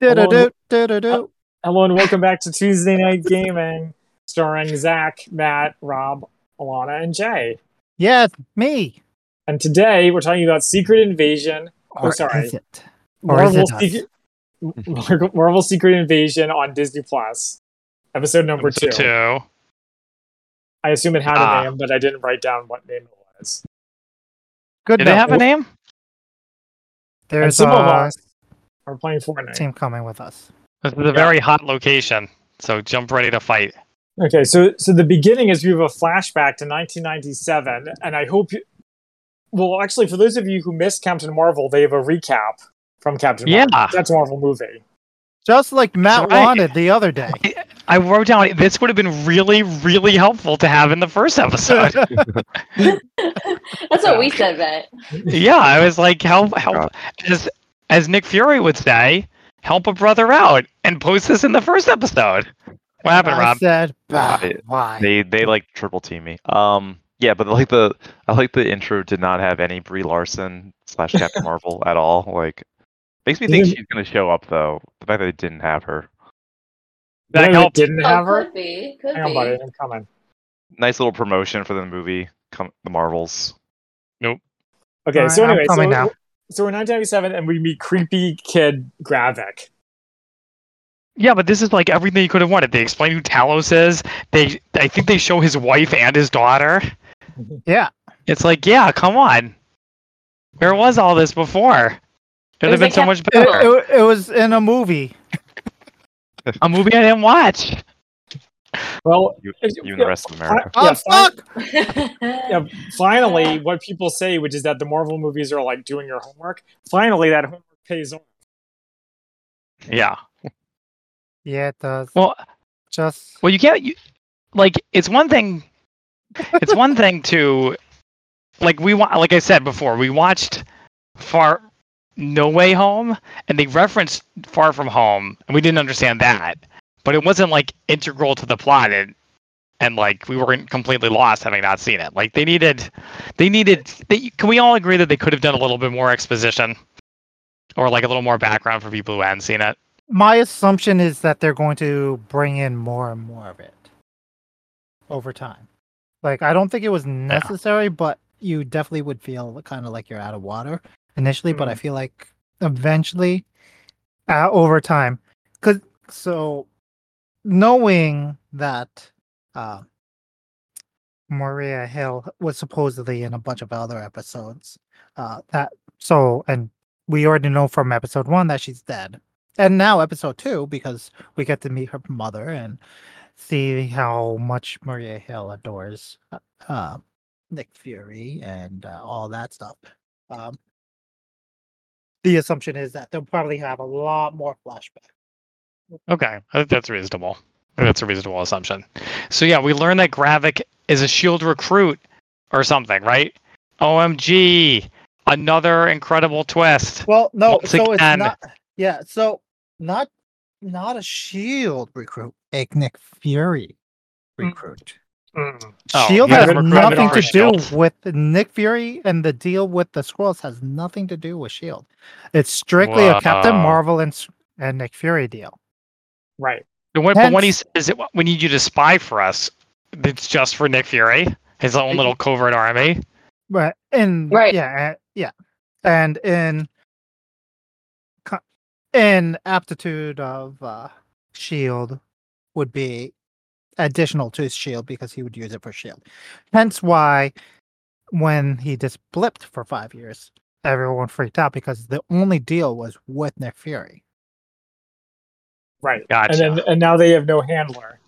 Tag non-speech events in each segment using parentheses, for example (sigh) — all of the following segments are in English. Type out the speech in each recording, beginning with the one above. Do-do-do, do-do-do. Hello and welcome back to Tuesday Night Gaming, starring Zach, Matt, Rob, Alana, and Jay. Yes, me. And today we're talking about Secret Invasion, Oh, Or sorry. is it? Or is it us? Secret, Marvel- Marvel Secret (laughs) Invasion on Disney Plus, episode number two. Episode two. I assume it had Ah. a name, but I didn't write down what name it was. Good. Do they enough. have a name? There's some of a us- We're playing Fortnite. team coming with us. This is a very hot location, so jump ready to fight. Okay, so so the beginning is we have a flashback to 1997, and I hope. You, well, actually, for those of you who missed Captain Marvel, they have a recap from Captain Yeah. Marvel. That's a Marvel movie. Just like Matt Right. wanted the other (laughs) day. I wrote down this would have been really, really helpful to have in the first episode. (laughs) That's what we said, but yeah, I was like, help, help, as as Nick Fury would say, help a brother out, and post this in the first episode. What happened, I Rob? said, "Bah, Right. why? They they like triple team me. Um, yeah, but like the I like the intro did not have any Brie Larson slash Captain Marvel at all. Like, makes me think Didn't- she's gonna show up though. The fact that they didn't have her. That You know who helped. Didn't oh, have her. could be, could Hang on, be. (laughs) buddy. I'm coming. Nice little promotion for the movie, com- the Marvels. Okay, Alright, so I'm anyway, so, coming now. so we're 1997, and we meet creepy kid Gravik. Yeah, but this is like everything you could have wanted. They explain who Talos is. They, I think they show his wife and his daughter. Yeah. It's like, yeah, come on. Where was all this before? Should was have been like so that- much It, better. it- it was in a movie. A movie I didn't watch. Well, You, It's- you and the rest of I- America. I'm yeah, fi- stuck. yeah, finally, what people say, which is that the Marvel movies are like doing your homework. Finally, that homework pays off. Yeah. Yeah, it does. Well, Just well, you can't. You, like, it's one thing. It's one thing to, like we wa- like I said before, we watched Far No Way Home, and they referenced Far From Home, and we didn't understand that. But it wasn't like integral to the plot, and and like we weren't completely lost having not seen it. Like they needed, they needed. They, can we all agree that they could have done a little bit more exposition, or like a little more background for people who hadn't seen it? my assumption is that they're going to bring in more and more of it over time. Like I don't think it was necessary, but you definitely would feel kind of like you're out of water initially. But I feel like eventually, uh, over time, because so knowing that uh, Maria Hill was supposedly in a bunch of other episodes, uh, that so and we already know from episode one that she's dead and now episode two because we get to meet her mother and see how much Maria Hill adores uh, uh, Nick Fury and uh, all that stuff. Um, the assumption is that they'll probably have a lot more flashback. Okay, I think that's reasonable. I think That's a reasonable assumption. So yeah, we learned that Gravik is a Shield recruit or something, right? OMG! Another incredible twist. Well, no, Once so it's again. not. Yeah, so not not a Shield E recruit, a Nick Fury Mm. recruit. Mm. Oh, Shield you has gotta recruit nothing them to for do Shield. with Nick Fury, and the deal with the Skrulls has nothing to do with Shield. It's strictly a Captain Wow. Marvel and S- and Nick Fury deal. Right. The one- But when he says that we need you to spy for us, it's just for Nick Fury, his own little covert army. But in Right. yeah, a- yeah, and in co- in aptitude of uh, Shield would be additional to Shield because he would use it for Shield. Hence why when he just blipped for five years, everyone freaked out because the only deal was with Nick Fury. Right. Gotcha. And then and now they have no handler.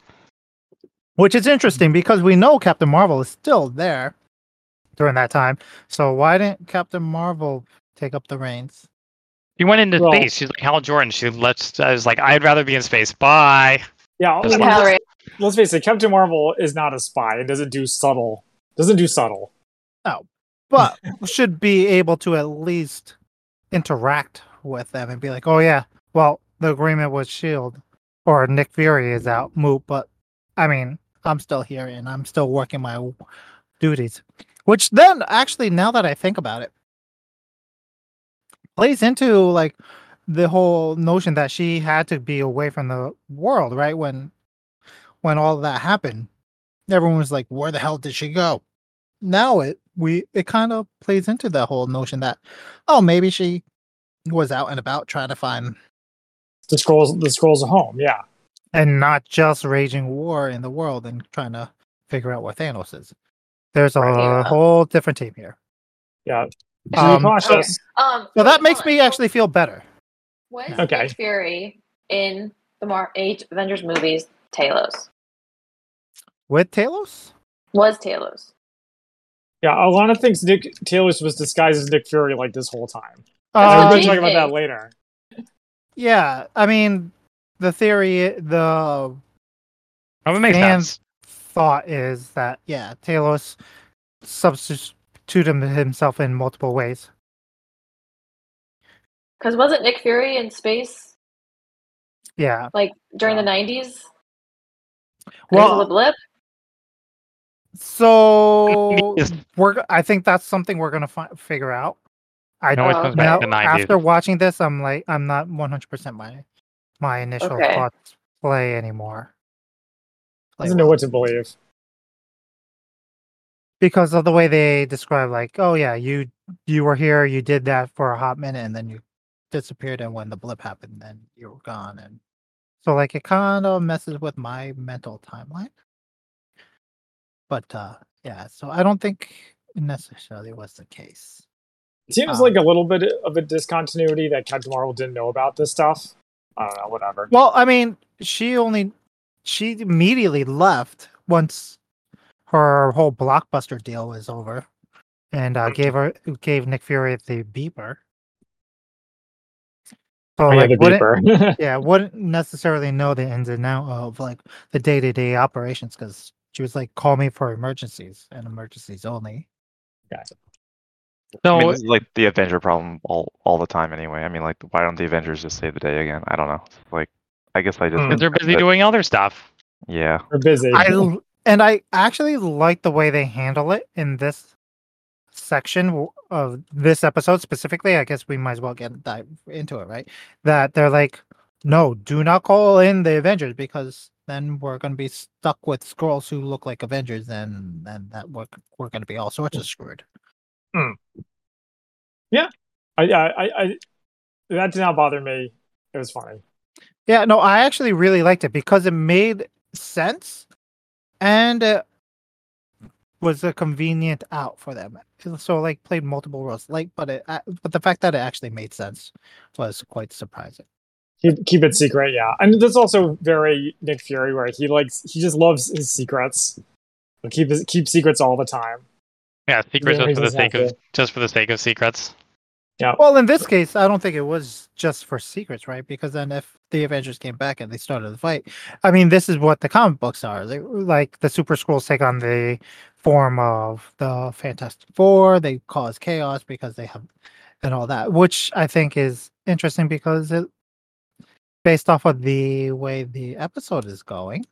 Which is interesting because we know Captain Marvel is still there during that time. So why didn't Captain Marvel take up the reins? He went into Well- space. She's like Hal Jordan. She lets. I was like, I'd rather be in space. Bye. Yeah. I Just mean, like- let's, Power let's face it, Captain Marvel is not a spy and doesn't do subtle. Doesn't do subtle. But should be able to at least interact with them and be like, oh yeah, well, the agreement with Shield E or Nick Fury is out, moot, but I mean, I'm still here and I'm still working my w- duties. Which then actually now that I think about it, plays into like the whole notion that she had to be away from the world, right? When when all that happened, everyone was like, "Where the hell did she go?" Now it we it kind of plays into the whole notion that, oh, maybe she was out and about trying to find The scrolls, the scrolls of home. Yeah, and not just raging war in the world and trying to figure out what Thanos is. There's a Right, yeah. whole different team here. yeah. Be Um, cautious. Um, So hold that makes on. me actually feel better. Was Okay. Nick Fury in the Mar- eight Avengers movies Talos? With Talos? Was Talos? Yeah, Alana thinks Nick Taylor was disguised as Nick Fury like this whole time. And That's what we're Uh, gonna she talk about that thinks. later. yeah, I mean, the theory, the That would make Man. sense. thought is that yeah, Talos substituted him- himself in multiple ways. Because wasn't Nick Fury in space Yeah. like during the nineties? Well, with Lip. (laughs) so Yes. we're. I think that's something we're gonna fi- figure out. I It always Oh, comes okay. back now, to 90s. after watching this, I'm like, I'm not 100 percent my my initial Okay. thoughts play anymore. Like, Doesn't know what to believe. because of the way they describe, like, oh yeah, you you were here, you did that for a hot minute, and then you disappeared, and when the blip happened, then you were gone, and so like it kind of messes with my mental timeline. But uh yeah, so I don't think it necessarily was the case. Seems Um, like a little bit of a discontinuity that Captain Marvel didn't know about this stuff. I don't know, whatever. Well, I mean, she only she immediately left once her whole blockbuster deal was over, and uh, gave her gave Nick Fury the beeper. So Oh, yeah, like, the wouldn't, beeper. (laughs) yeah, wouldn't necessarily know the ins and out of like the day to day operations because she was like, "Call me for emergencies and emergencies only." I So, mean, this is like the Avenger problem all all the time anyway. I mean, like why don't the Avengers just save the day again? I don't know. Like I guess I just Hmm. because they're busy but- doing other stuff. yeah. We're busy. (laughs) I l- and I actually like the way they handle it in this section w- of this episode specifically. I guess we might as well get dive into it, right? That they're like, no, do not call in the Avengers because then we're going to be stuck with scrolls who look like Avengers, and then that we're we're going to be all sorts of screwed. I, I, I, I, that did not bother me. It was funny. Yeah, no, I actually really liked it because it made sense and it was a convenient out for them. So like played multiple roles, like but it uh, but the fact that it actually made sense was quite surprising. Keep, keep it secret, yeah. And that's also very Nick Fury, where he likes, he just loves his secrets. He'll keep his, keep secrets all the time. Yeah, secrets Yeah, just for the reasons not sake of just for the sake of secrets. Well, in this case, I don't think it was just for secrets, right? Because then if the Avengers came back and they started the fight, I mean, this is what the comic books are. They, like the Super Scrolls take on the form of the Fantastic Four. They cause chaos because they have and all that, which I think is interesting because it, based off of the way the episode is going,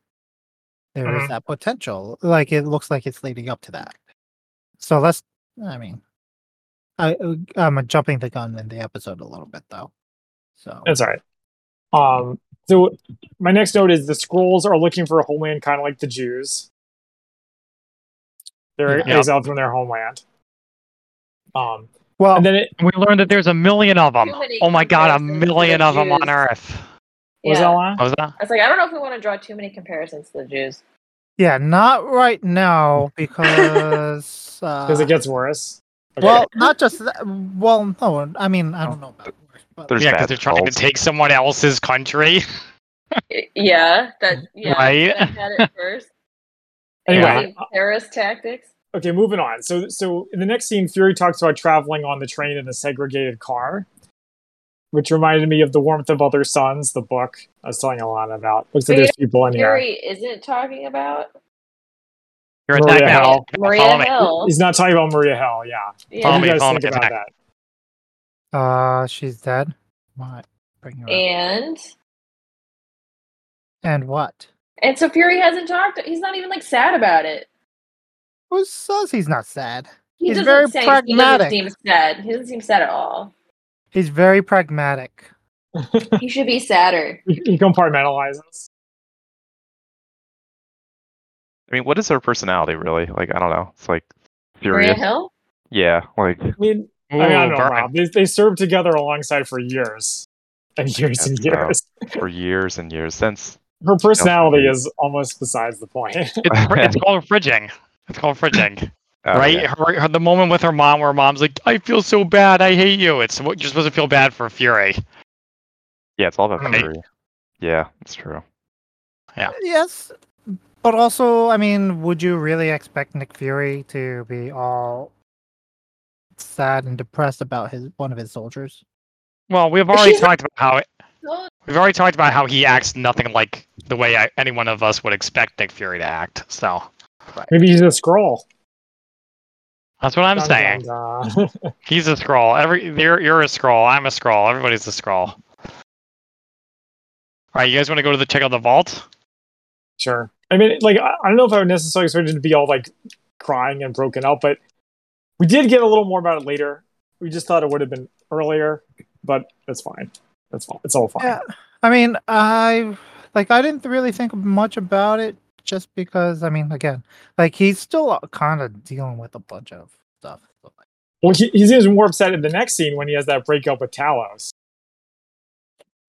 there is Mhm. that potential. Like it looks like it's leading up to that. So let's. I mean, I uh, I'm jumping the gun in the episode a little bit though. So That's all right. Um, so my next note is the scrolls are looking for a homeland, kind of like the Jews. They're Yeah. exiled from their homeland. Um, well, and then it We learned that there's a million of them. Too many Oh my god, a comparisons to million the of them on Jews. Earth. what was Yeah. that I line? What was that? was like, I don't know if we want to draw too many comparisons to the Jews. yeah, not right (laughs) now because uh, Because it gets worse. Oh. Okay. well, not just that, well, no, I mean, I don't know about worse, but There's yeah, bad because they're trying to cults. take someone else's country. (laughs) Y- Yeah, that yeah. Right? that had it first. anyway, Using terrorist tactics. okay, moving on. So, so in the next scene, Fury talks about traveling on the train in a segregated car, which reminded me of the warmth of other suns, the book I was telling Alana about. Looks like Wait, there's people in here. Fury isn't talking about You're Maria attacked now. Hill. Maria Follow me. Hill. He's not talking about Maria Hill. Yeah, Follow what Yeah. do me, you guys follow think me, about attack. that? uh, she's dead. What? Bring her up. And And what? and so Fury hasn't talked. He's not even like sad about it. Who says he's not sad? He He's doesn't very say, pragmatic. He doesn't seem sad. He doesn't seem sad at all. He's very pragmatic. He should (laughs) be sadder. He, he compartmentalizes. I mean, what is her personality really? Like, I don't know. It's like Maria furious. Hill? Yeah, like I mean, I, Ooh, mean, I don't know, burn. Rob. They, they served together alongside for years and years and Yes, wow. years. for years and years since. Her personality is almost besides the point. It's, fr- (laughs) it's called fridging. It's called fridging, Oh, right? yeah. Her, her, the moment with her mom, where mom's like, "I feel so bad. I hate you." It's what you're supposed to feel bad for Fury. Yeah, it's all about Right. fury. Yeah, it's true. Yes, but also, I mean, would you really expect Nick Fury to be all sad and depressed about his one of his soldiers? Well, we've already She's not- talked about how No, we've already talked about how he acts nothing like the way I, any one of us would expect Nick Fury to act. So (laughs) Maybe he's a scroll. uh, that's what I'm saying. (laughs) He's a scroll. Every you're you're a scroll. I'm a scroll. Everybody's a scroll. All right, you guys want to go to the check out the vault? Sure. I mean, like, I, I don't know if I would necessarily expect it to be all like crying and broken up, but we did get a little more about it later. We just thought it would have been earlier, but that's fine. That's fine. It's all fine. Yeah, I mean, I like I didn't really think much about it just because I mean, again, like he's still kind of dealing with a bunch of stuff. So, like, Well, he, he seems more upset in the next scene when he has that breakup with Talos.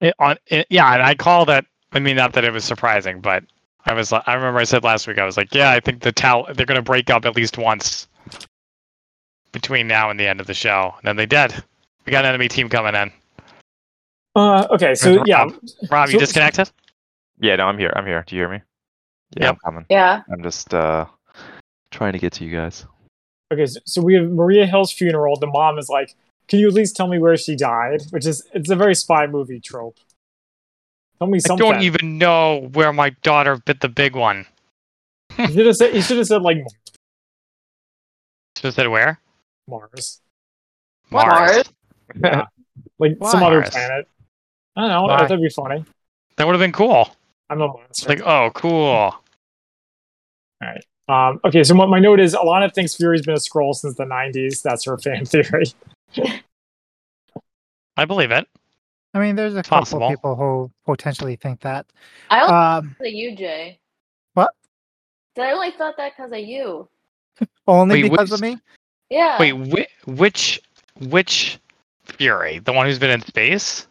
It, on it, yeah, and I call that. I mean, not that it was surprising, but I was. li- I remember I said last week I was like, yeah, I think the towel they're going to break up at least once between now and the end of the show, and then they did. We got an enemy team coming in. Uh, okay, so Rob. yeah, Rob, you So- disconnected? Yeah, no, I'm here. I'm here. Do you hear me? Yeah, Yep. I'm coming. Yeah. I'm just uh trying to get to you guys. okay, so, so we have Maria Hill's funeral. The mom is like, "Can you at least tell me where she died?" Which is it's a very spy movie trope. Tell me something. I don't even know where my daughter bit the big one. He should have said, he should have said like Just said where? Mars, What? Mars? like Why? some other Mars. planet. I don't know. Why? That'd be funny. That would have been cool. I'm a monster. Like, oh, cool. um, okay, so my, my note is Alana thinks Fury's been a scroll since the '90s. That's her fan (laughs) theory. I believe it. I mean, there's a Possible. couple people who potentially think that. I Oh. only Um, thought of you, Jay. What? Did I only thought that because of you? only Wait, because which- of me. Yeah. Wait, whi- which which Fury? The one who's been in space?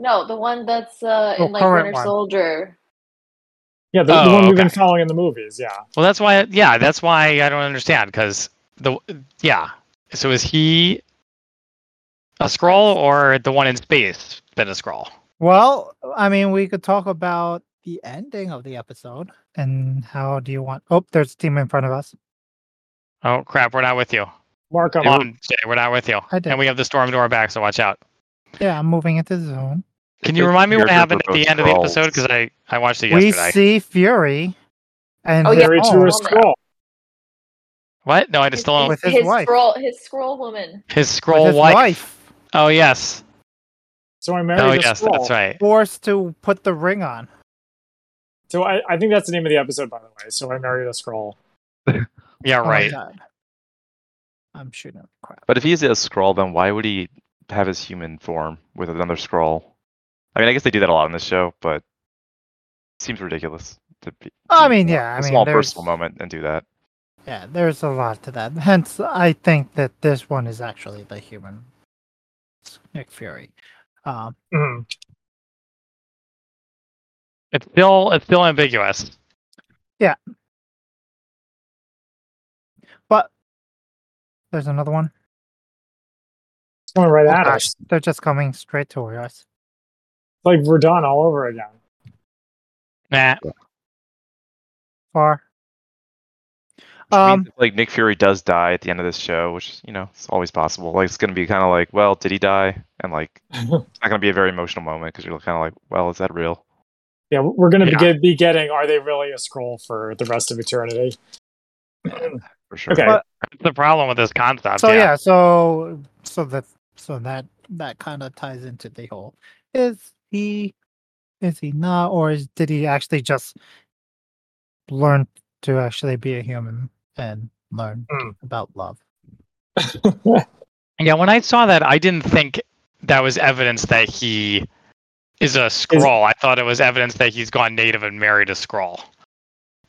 No, the one that's uh, Oh, in like current Winter one. Soldier. Yeah, the, the Oh, one we've been okay. following in the movies. Yeah. Well, that's why. Yeah, that's why I don't understand. Cause the yeah. So is he a scroll or the one in space been a scroll? Well, I mean, we could talk about the ending of the episode and how do you want? Oh, there's a team in front of us. Oh crap! We're not with you. Mark, I'm on. Dude, Jay, we're not with you. I did. And we have the storm door back, so watch out. Yeah, I'm moving into the zone. Can you It's remind me what weird that happened at we're the both end of the scrolls. episode? Because I I watched it We yesterday. see Fury and Oh, his yeah. Fury own- to a Oh, scroll. What? No, I just still With his his wife. scroll, his scroll woman. his with scroll his wife. Oh yes. So I married Oh a yes. scroll. That's right. forced to put the ring on. So I, I think that's the name of the episode, by the way. So I married a scroll. Yeah. Oh my Right. God. I'm shooting up crap. But if he's a scroll, then why would he have his human form with another scroll? I mean, I guess they do that a lot on this show, but it seems ridiculous to be. I to mean, have yeah, I a mean, small there's- personal moment and do that. Yeah, there's a lot to that. Hence, I think that this one is actually the human Nick Fury. Um, Mhm. It's still it's still ambiguous. but there's another one. It's going right Oh, at gosh, us. they're just coming straight toward us. Like Verdun all over again. (laughs) Nah. Far. Which means Um, if, like Nick Fury does die at the end of this show, which you know it's always possible. Like it's gonna be kind of like, well, did he die? And like it's not gonna be a very emotional moment because you're kind of like, well, is that real? Yeah, we're going to Yeah. be getting Are They Really a Scroll for the rest of eternity? For sure. Okay. But- That's the problem with this concept. so Uh, yeah. yeah. so so that so that that kind of ties into the whole is he is he not or is, did he actually just learn to actually be a human and learn Mm. about love Yeah, when I saw that, I didn't think that was evidence that he is a scroll. I thought it was evidence that he's gone native and married a scroll.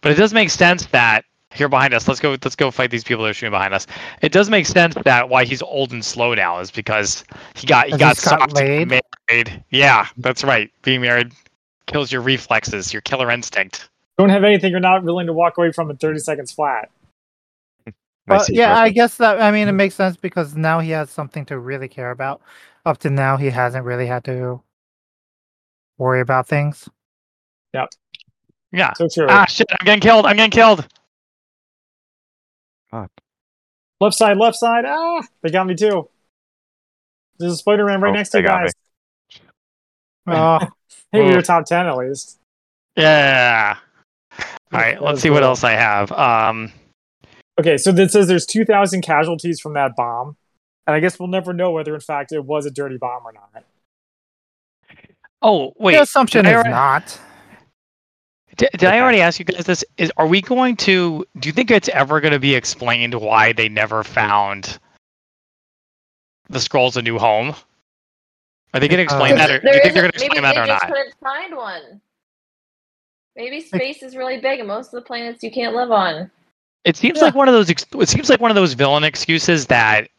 But it does make sense that here behind us, let's go let's go fight these people that are shooting behind us. It does make sense that why he's old and slow now is because he got he 'Cause got, he's got soft and laid. married. Yeah, that's right. Being married kills your reflexes, your killer instinct. Don't have anything you're not willing to walk away from in 30 seconds flat. Well, Nice yeah, I Hmm. reference. guess that. I mean, it makes sense because now he has something to really care about. Up to now, he hasn't really had to worry about things. Yeah. So true. Ah shit, I'm getting killed. I'm getting killed. Left side, left side. Ah, they got me too. There's a Spider Man right Oh, next to they you got guys. Oh, Hey, we Ooh. were top 10 at least. Yeah. All right, That let's was see what brutal. else I have. Um Okay, so this says there's 2,000 casualties from that bomb. And I guess we'll never know whether, in fact, it was a dirty bomb or not. oh wait. the assumption did I is alre- not. Did, did I Okay. already ask you guys this? Is are we going to? Do you think it's ever going to be explained why they never found the scrolls a new home? Are they going to explain Uh, that, or do There you think they're isn't- going to explain maybe that or they just not? couldn't find one. Maybe space is really big, and most of the planets you can't live on. It seems Yeah. like one of those. ex- It seems like one of those villain excuses that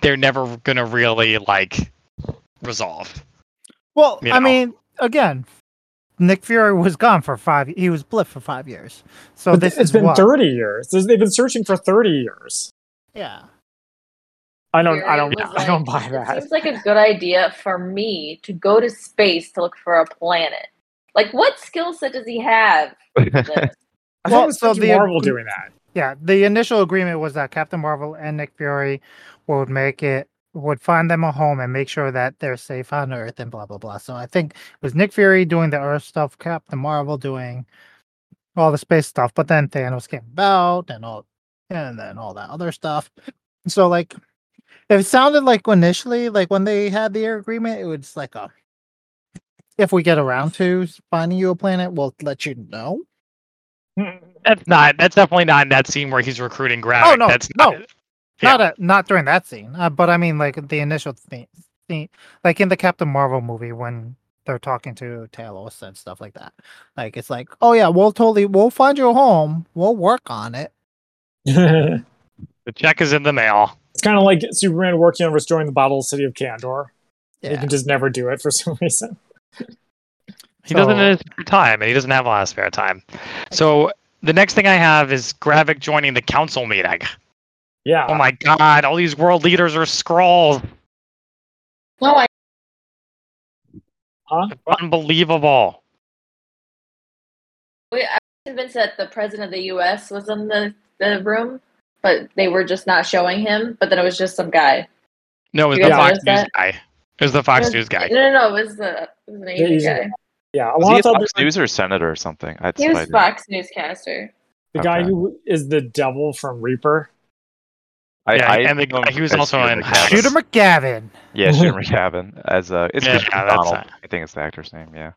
they're never going to really like resolve. Well, You I know. mean, again, Nick Fury was gone for five. He was blipped for five years. So But this it's is been what. 30 years. This- They've been searching for 30 years. Yeah. I don't, Fury I don't, was I don't buy like, It that. seems like a good idea for me to go to space to look for a planet. Like, what skill set does he have? (laughs) for this? I Well, thought it was so Captain the- Marvel doing that. (laughs) Yeah, the initial agreement was that Captain Marvel and Nick Fury would make it would find them a home and make sure that they're safe on Earth and blah blah blah. So I think it was Nick Fury doing the Earth stuff, Captain Marvel doing all the space stuff, but then Thanos came about and all and then all that other stuff. So like it sounded like initially, like when they had the agreement, it was like a if we get around to finding you a planet, we'll let you know. That's not. That's definitely not in that scene where he's recruiting Gravik. no, that's no. not- Yeah. not a, not during that scene, uh, but I mean like the initial thing, thing, like in the Captain Marvel movie when they're talking to Talos and stuff like that. Like it's like, oh yeah, we'll totally we'll find you a home, we'll work on it. it's The check is in the mail. kind of like Superman working on restoring the bottled city of Kandor. He Yeah, can just never do it for some (laughs) reason. He doesn't So- in his spare time, and he doesn't have a lot of spare time. So the next thing I have is Gravik joining the council meeting. Yeah. Oh my god, all these world leaders are scrolls. No, I Unbelievable. We, I was convinced that the president of the U.S. was in the, the room, but they were just not showing him. But then it was just some guy. No, it was You the guys Fox News notice that? guy. It was the Fox It was- News guy. No, no, no. It was the, it was an Asian Asian guy. yeah. Was he Alana a thought Fox the, News or senator or something? I'd He was Fox newscaster. (laughs) the guy Okay. who is the devil from Reaper. I, Yeah, I and the know him guy- he was as also Shooter in McGavin. House. Shooter McGavin. (laughs) Yeah, Shooter (laughs) McGavin as uh, it's Yeah, Christian that's Donald. it. I think it's the actor's name. Yeah.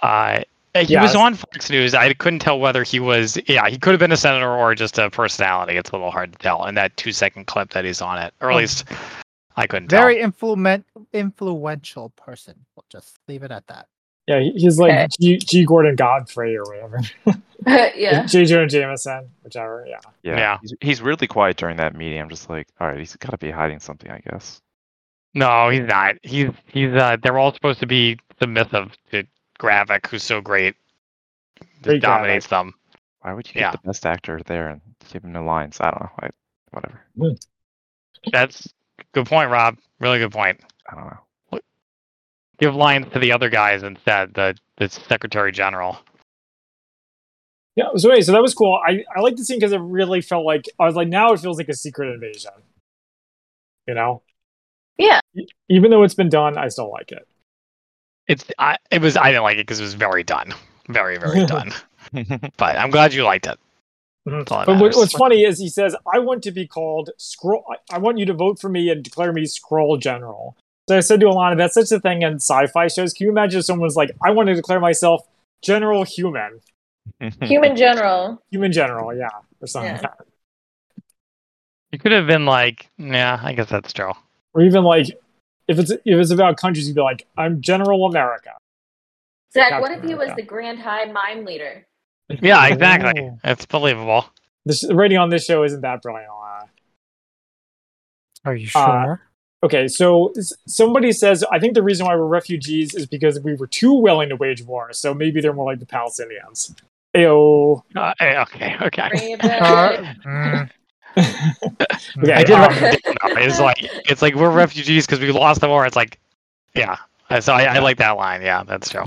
Uh, he Yeah, was it's- on Fox News. I couldn't tell whether he was, yeah, he could have been a senator or just a personality. It's a little hard to tell in that two second clip that he's on it, or at Oh. least I couldn't tell. Very influent influential person. We'll just leave it at that. Yeah, he- he's like Okay. G, G. Gordon Godfrey or whatever. (laughs) yeah. J. Jonah Jameson, whichever. Yeah. Yeah. Yeah. He's, he's really quiet during that meeting. I'm just like, all right, he's got to be hiding something, I guess. No, he's not. He's he's uh they're all supposed to be submissive to Gravik, who's so great. Just Great Gravik. dominates them. Why would you get Yeah. the best actor there and give him no lines? I don't know. I, whatever. Hmm. That's good point, Rob. Really good point. I don't know. Give lines to the other guys instead, the the Secretary General. Yeah. So, anyway, so that was cool. I, I liked the scene because it really felt like, I was like, now it feels like a secret invasion. You know? Yeah. E- Even though it's been done, I still like it. It's I it was I didn't like it because it was very done, (laughs) very very done. (laughs) But I'm glad you liked it. Mhm. That's all that But what, matters. what's funny is he says, "I want to be called scroll. I, I want you to vote for me and declare me scroll general." So I said to Alana, "That's such a thing in sci-fi shows. Can you imagine if someone's like, I want to declare myself general human, Human general. human general, yeah, or something, Yeah. like that. (laughs) You could have been like, yeah, I guess that's true. or even like if it's if it's about countries, you'd be like, I'm General America. Zach, Captain what if he was America. the Grand High (laughs) Mime Leader? Yeah, exactly. Ooh. It's believable. This, the rating on this show isn't that brilliant. Uh, Are you Uh, sure? okay, so s- somebody says, I think the reason why we're refugees is because we were too willing to wage war. So maybe they're more like the Palestinians. Ayo. Uh, eh, okay, okay. (laughs) Bring it back. Uh, (laughs) mm. Okay, I Uh-huh. (laughs) did um, write it down. (laughs) It's like it's like we're refugees because we lost the war. It's like, yeah. Uh, So I, I like that line. Yeah, that's true.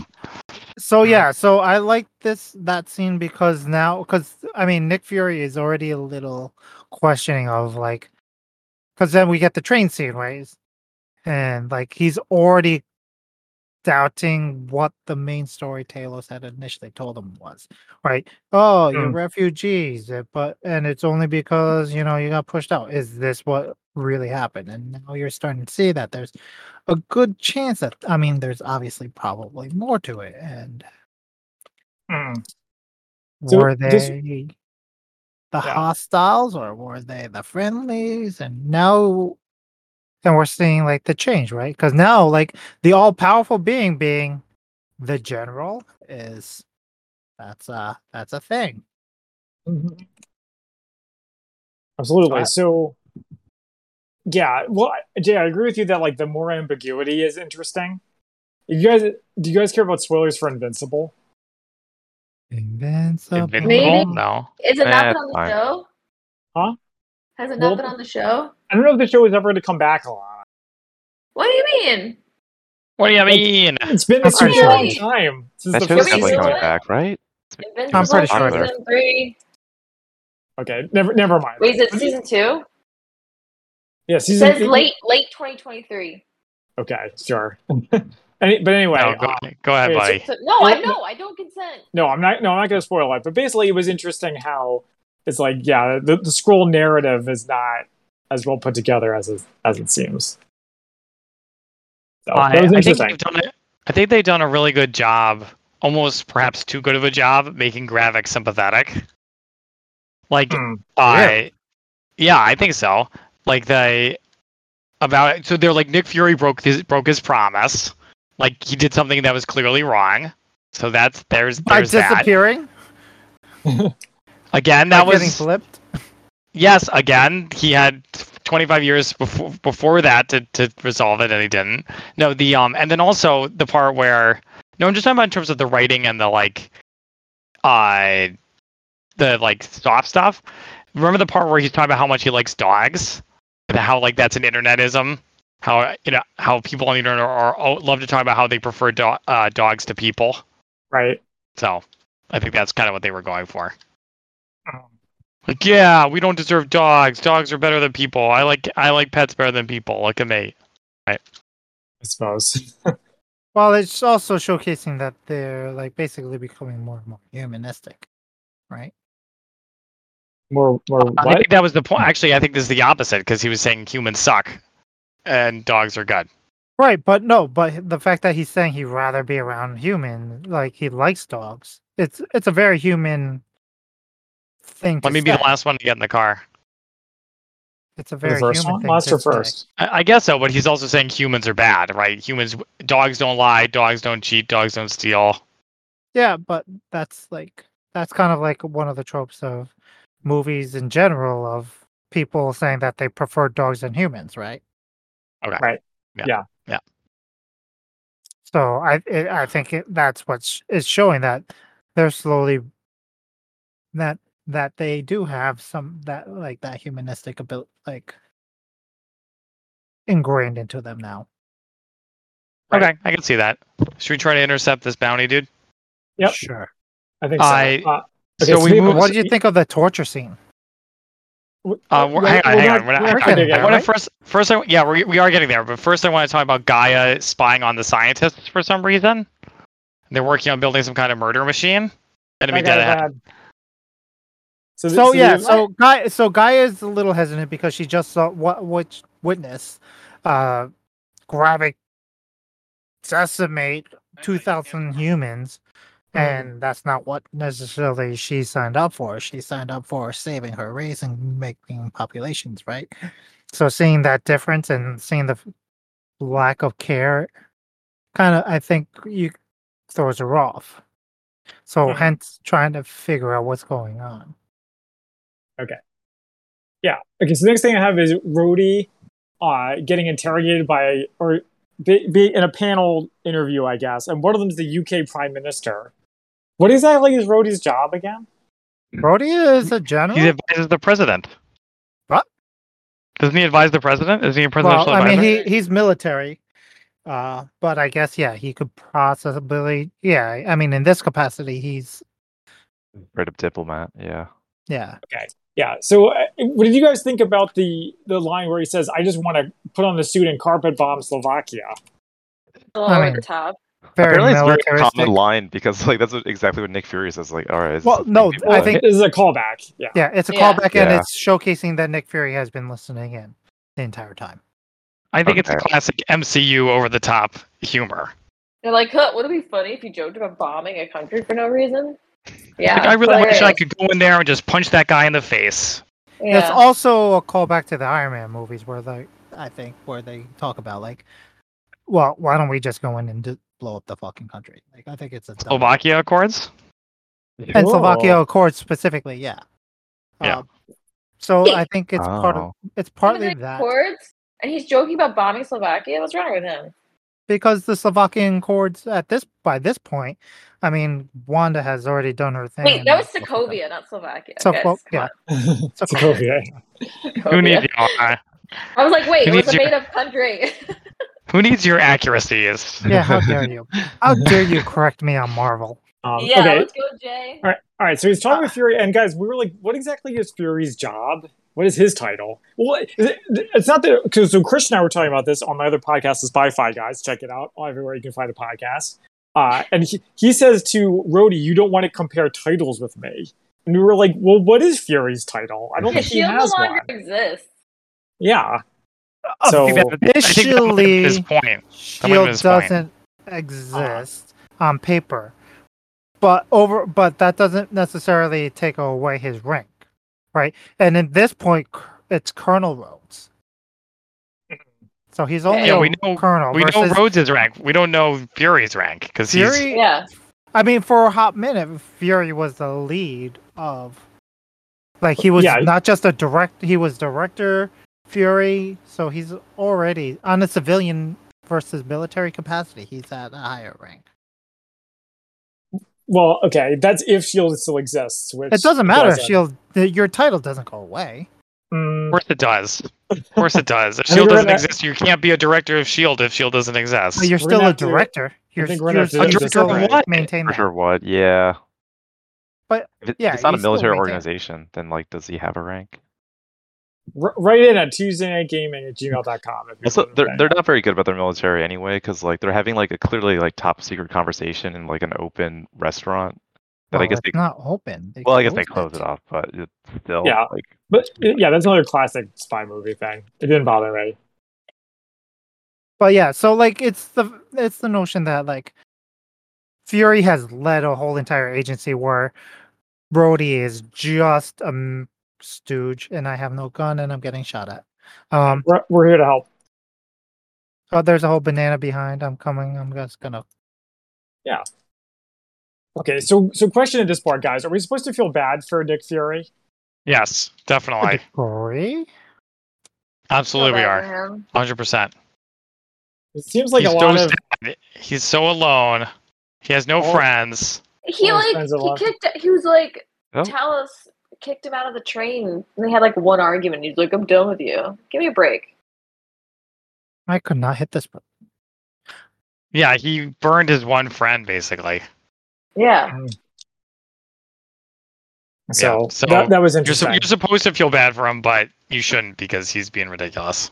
So yeah, so I like this that scene because now because I mean Nick Fury is already a little questioning of like because then we get the train scene right, and like he's already doubting what the main story Talos had initially told him was right. Oh, you're Mm. refugees, eh, but and it's only because you know you got pushed out. Is this what really happened? And now you're starting to see that there's a good chance that I mean, there's obviously probably more to it. And So were they this- the Yeah. hostiles or were they the friendlies? And now, and we're seeing like the change, right? Because now, like the all-powerful being being the general is that's a that's a thing. Mhm. Absolutely. Right. So, yeah. Well, I- Jay, I agree with you that like the more ambiguity is interesting. If you guys, do you guys care about spoilers for Invincible? Invincible. Invincible? Maybe. No. Is it Eh, not been on the fine. show? Huh? Has it not Well- been on the show? I don't know if the show is ever going to come back, Alana. What do you mean? What do you Like- mean? It's been a I'm super pretty sure. long time since That the show's first Can we definitely do season. coming it? back, right? Invincible pretty sure season that- three. Okay, never, never mind. Wait, is it season two? Yeah, It season says late late 2023. Okay, sure. (laughs) Any, but anyway, No, go, um, go ahead, it's- buddy. So, no, I Well, know. I don't consent. no, I'm not. No, I'm not going to spoil it. But basically, it was interesting how it's like, yeah, the, the scroll narrative is not as well put together as it, as it seems. So, I, Oh, that was I think interesting. they've done it. I think they've done a really good job, almost perhaps too good of a job, making Gravik sympathetic. Like, Hmm. I, yeah, I think so. Like they about so they're like Nick Fury broke his broke his promise. Like he did something that was clearly wrong. So that's there's By there's that disappearing, Hmm. again. by That getting was flipped. yes. Again, he had 25 years before before that to to resolve it, and he didn't. No, the um, and then also the part where no, I'm just talking about in terms of the writing and the like, uh, the like soft stuff. Remember the part where he's talking about how much he likes dogs, and how like that's an internetism. How you know how people on the internet are, are love to talk about how they prefer do- uh, dogs to people. (laughs) right. So I think that's kind of what they were going for. um, Like, yeah, we don't deserve dogs. Dogs are better than people. I like I like pets better than people. Look at me. I suppose. (laughs) Well, it's also showcasing that they're like basically becoming more and more humanistic, right? more, more I what? think that was the point. Actually, I think this is the opposite because he was saying humans suck and dogs are good. Right, but no, but h- the fact that he's saying he'd rather be around human, like he likes dogs. It's it's a very human thing. To Let me be the say. last one to get in the car. It's a The very first human one? thing. Last to or say. first? I, I guess so, but he's also saying humans are bad, right? Humans, dogs don't lie, dogs don't cheat, dogs don't steal. Yeah, but that's like that's kind of like one of the tropes of movies in general of people saying that they prefer dogs than humans, right? Okay. Right. Yeah. Yeah. Yeah. So I it, I think it, that's what sh- is showing that they're slowly that that they do have some that like that humanistic ability like ingrained into them now. Right. Okay, I can see that. Should we try to intercept this bounty, dude? Yep. Sure. I think so. I- uh, okay, so we maybe- move- What did you think of the torture scene? w- Uh, yeah, we're, hang on, we're hang not- on. We're not, we're I- getting I, there, want to right? first, first, I, yeah, we, we are getting there, but first I want to talk about Gaia spying on the scientists for some reason. They're working on building some kind of murder machine. Enemy Okay, dead go ahead. ahead. So, th- So so yeah, the- so Guy so Gaia is a little hesitant because she just saw what which witness uh gravic decimate two thousand humans Mhm. and that's not what necessarily she signed up for. She signed up for saving her race and making populations, right? So seeing that difference and seeing the f- lack of care kind of I think you throws her off. So Mhm. hence trying to figure out what's going on. Yeah. Okay. So the next thing I have is Rhodey uh, getting interrogated by or be, be in a panel interview, I guess. And one of them is the UK Prime Minister. What exactly is Rhodey's job again? Brody is a He general. advises the president. What? Doesn't he advise the president? Is he a presidential Well, I mean advisor? he he's military. Uh, but I guess yeah, he could possibly yeah. I mean in this capacity, he's Right up diplomat. Yeah. yeah. Yeah. So uh, what did you guys think about the the line where he says, "I just want to put on the suit and carpet bomb Slovakia"? A little over mean, the top. Very Apparently, it's a very militaristic. common line because like that's what, exactly what Nick Fury says. Like, all right. this Well, is the no, thing I people think- like. This is a callback. Yeah. (laughs) Yeah, it's a Yeah. callback and Yeah. it's showcasing that Nick Fury has been listening in the entire time. I think it's Okay. classic MCU over the top humor. They're like, huh, would it be funny if you joked about bombing a country for no reason? Yeah. Like, I really hilarious. wish I could go in there and just punch that guy in the face. Yeah. It's also a callback to the Iron Man movies where they, I think, where they talk about like, well, why don't we just go in and just blow up the fucking country? Like, I think it's a dumb- Slovakia Accords? and Slovakia Whoa. Accord specifically, yeah. Yeah. Um, so I think it's part of Oh. it's Even partly the that Kurds, and he's joking about bombing Slovakia. What's wrong with him? because the Slovakian chords at this by this point, I mean, Wanda has already done her thing. Wait, and that was stuff like Sokovia, not Slovakia. So, guys, well, come on, So- Sokovia. Who Sokovia. needs your, uh, I was like, wait, who it was needs a your- made-up (laughs) country. (laughs) who needs your accuracies? yeah, how dare you? (laughs) How dare you correct me on Marvel? Um, yeah, okay. let's go, Jay. All right, all right. So he's talking with Uh, Fury, and guys, we were like, "What exactly is Fury's job? What is his title?" Well, is it, it's not that. Cause, so Chris and I were talking about this on my other podcast, the Spy-Fi guys. Check it out everywhere you can find a podcast. Uh, and he, he says to Rhodey, "You don't want to compare titles with me." And we were like, "Well, what is Fury's title? I don't Yeah, think he Shield no has longer one." exists. Yeah. I So think that- Oh, I think that might Officially- be his point. Someone Shield was fine. doesn't exist on paper, but over but that doesn't necessarily take away his rank, right? And at this point, c- it's Colonel Rhodes, so he's only Yeah, a we know- Colonel. We know versus Rhodes's rank. We don't know Fury's rank because he's Fury. Yeah. I mean, for a hot minute, Fury was the lead of, like, he was Yeah. not just a direct. He was director Fury, so he's already on a civilian versus military capacity. He's at a higher rank. Well, okay. That's if Shield still exists. Which It doesn't matter if doesn't. Shield. th- Your title doesn't go away. Mm, Of course it does. Of course (laughs) it does. If I think Shield we're E doesn't gonna- exist, you can't be a director of Shield E if Shield doesn't exist. But you're We're still gonna a have to- director. You're, think we're gonna you're have to still- A you're director of still what? maintain For that. sure. What? Yeah. But, if it- yeah, if it's not a he's still military right there. organization, then like, does he have a rank? r- write in at Tuesday Night Gaming at gmail.com. If you Also, want to they're pay. they're not very good about their military anyway, because like they're having like a clearly like top secret conversation in like an open restaurant that I Well, guess it's they not open. well I guess they close it off, but it's still Yeah. like (laughs) But uh, yeah, that's another classic spy movie thing. It didn't bother me. But yeah, so like it's the it's the notion that like Fury has led a whole entire agency where Brody is just a m- stooge, and I have no gun, and I'm getting shot at. Um, We're, we're here to help. oh, there's a whole banana behind. I'm coming. I'm just gonna. Okay, so so question at this part, guys: Are we supposed to feel bad for Nick Fury? yes, definitely. Agree? Feel Absolutely, we bad are. for him. 100%. It seems like he's a so lot of sad. He's so alone. He has no Oh. All- friends. He All his like friends are he lost. kicked. He was like, Oh. Talos kicked him out of the train, and they had like one argument. He's like, I'm done with you. Give me a break. I could not hit this. button. Yeah, he burned his one friend basically. Yeah. so, yeah, so that, that was You're, su- interesting. you're supposed to feel bad for him, but you shouldn't because he's being ridiculous.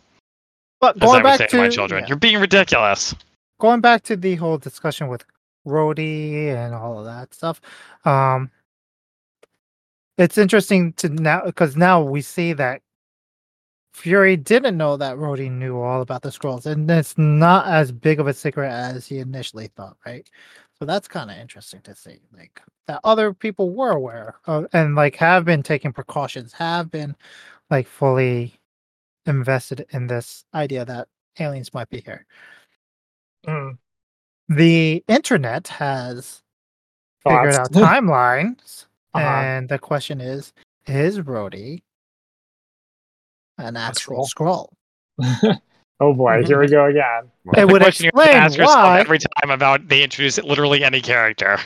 But As going I would back say to to my children, yeah. you're being ridiculous. going back to the whole discussion with Rhodey and all of that stuff, um, it's interesting to now because now we see that Fury didn't know that Rhodey knew all about the scrolls, and it's not as big of a secret as he initially thought, right? So that's kind of interesting to see, like that other people were aware of, and like have been taking precautions, have been like fully invested in this idea that aliens might be here. Mm. The internet has Oh, figured that's- out timelines, (laughs) Uh-huh. and the question is: Is Rhodey an actual Skrull? scroll? (laughs) oh boy, here we Mm-hmm. go again. It would question you have to explain ask yourself why. every time about they introduce literally any character.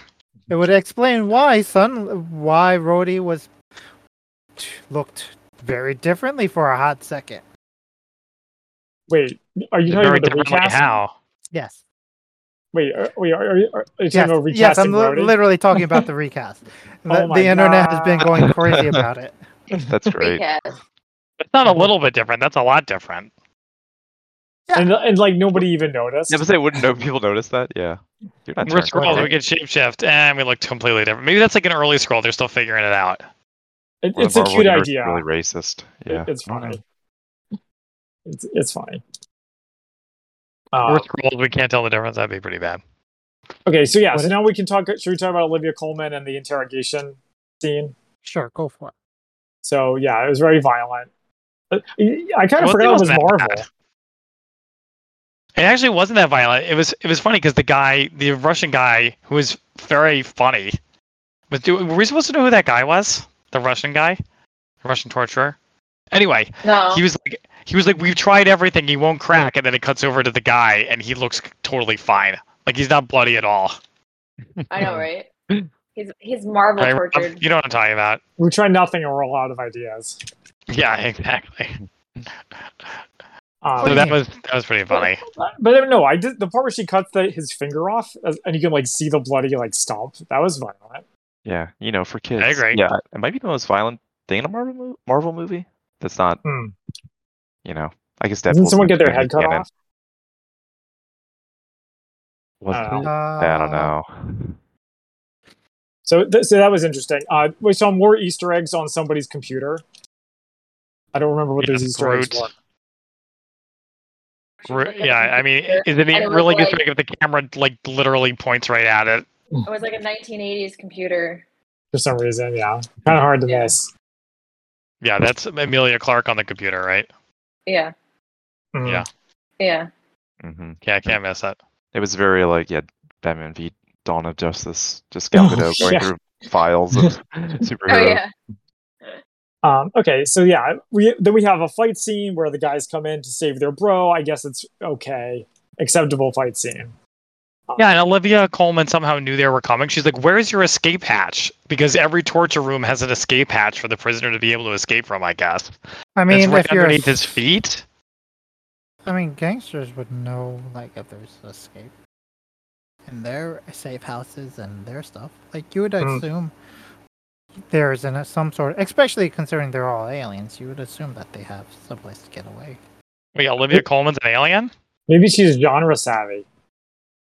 It would explain why son why Rhodey was looked very differently for a hot second. Wait, are you talking Very about the differently recast? how. Yes. Wait, are, wait, are, are, you- are you talking Yes, about recasting yes, I'm li- Rhodey? literally talking about the (laughs) recast. The, Oh my the internet has been God. going crazy about (laughs) it. That's great. Recast. That's not a little bit different. That's a lot different. and, and like nobody even noticed. Yeah, but they wouldn't know people notice that. Yeah, you're not We're turned- scrolls. Okay. We can shapeshift, and we look completely different. Maybe that's like an early scroll. They're still figuring it out. It- One of it's a our cute warriors is idea. Really racist. It- Yeah, it's I don't know. funny. It's it's fine. We're Uh, scrolls. We can't tell the difference. That'd be pretty bad. okay, so yeah, so now we can talk. Should we talk about Olivia Coleman and the interrogation scene? Sure, go for it. So yeah, it was very violent. But I I kind of Well, forgot it was that Marvel. bad. It actually wasn't that violent. It was it was funny because the guy, the Russian guy, who was very funny, was doing. Were we supposed to know who that guy was? The Russian guy, the Russian torturer. Anyway, No. he was like he was like we've tried everything. He won't crack, and then it cuts over to the guy, and he looks totally fine. Like he's not bloody at all. I (laughs) know, right? He's he's Marvel Right, Rob? tortured. You know what I'm talking about. We try nothing and we're all out of ideas. Yeah, (laughs) exactly. Um, do Oh, So you that mean? was that was pretty funny. but, but no, I did the part where she cuts the, his finger off, as- and you can like see the bloody like stump. That was violent. Yeah, you know, for kids. agree. Yeah, it might be the most violent thing in a Marvel mo- Marvel movie. That's not, Hmm. you know, I guess Didn't Deadpool's someone get their movie head cut canon off? Was I don't it? Uh, I don't know. Uh. So, th- so that was interesting. Uh, we saw more Easter eggs on somebody's computer. I don't remember what Yeah, those Easter eggs Groot. were. Gr- Yeah, I mean, is it And it was really like- just like if the camera like literally points right at it? It was like a 1980s computer. for some reason. Yeah, kind of hard to Yeah. miss. Yeah, that's Amelia Clark on the computer, right? Yeah, Mm. Yeah. yeah. hmm Yeah, I can't miss that. It was very like yeah, Batman v Dawn of Justice, just Gal Gadot going Oh, yeah. through files (laughs) of superheroes. Oh yeah. Um, okay, so yeah, we then we have a fight scene where the guys come in to save their bro. I guess it's okay, acceptable fight scene. Yeah, and Olivia Coleman somehow knew they were coming. She's like, "Where's your escape hatch?" Because every torture room has an escape hatch for the prisoner to be able to escape from. I guess. I I mean, mean, it's right if you're, a- underneath his feet. I mean, gangsters would know like if there's an escape in their safe houses and their stuff. Like you would Hmm. Mm. assume there's an, some sort, especially considering they're all aliens. You would assume that they have someplace to get away. Wait, Olivia Coleman's an alien? Maybe she's genre savvy.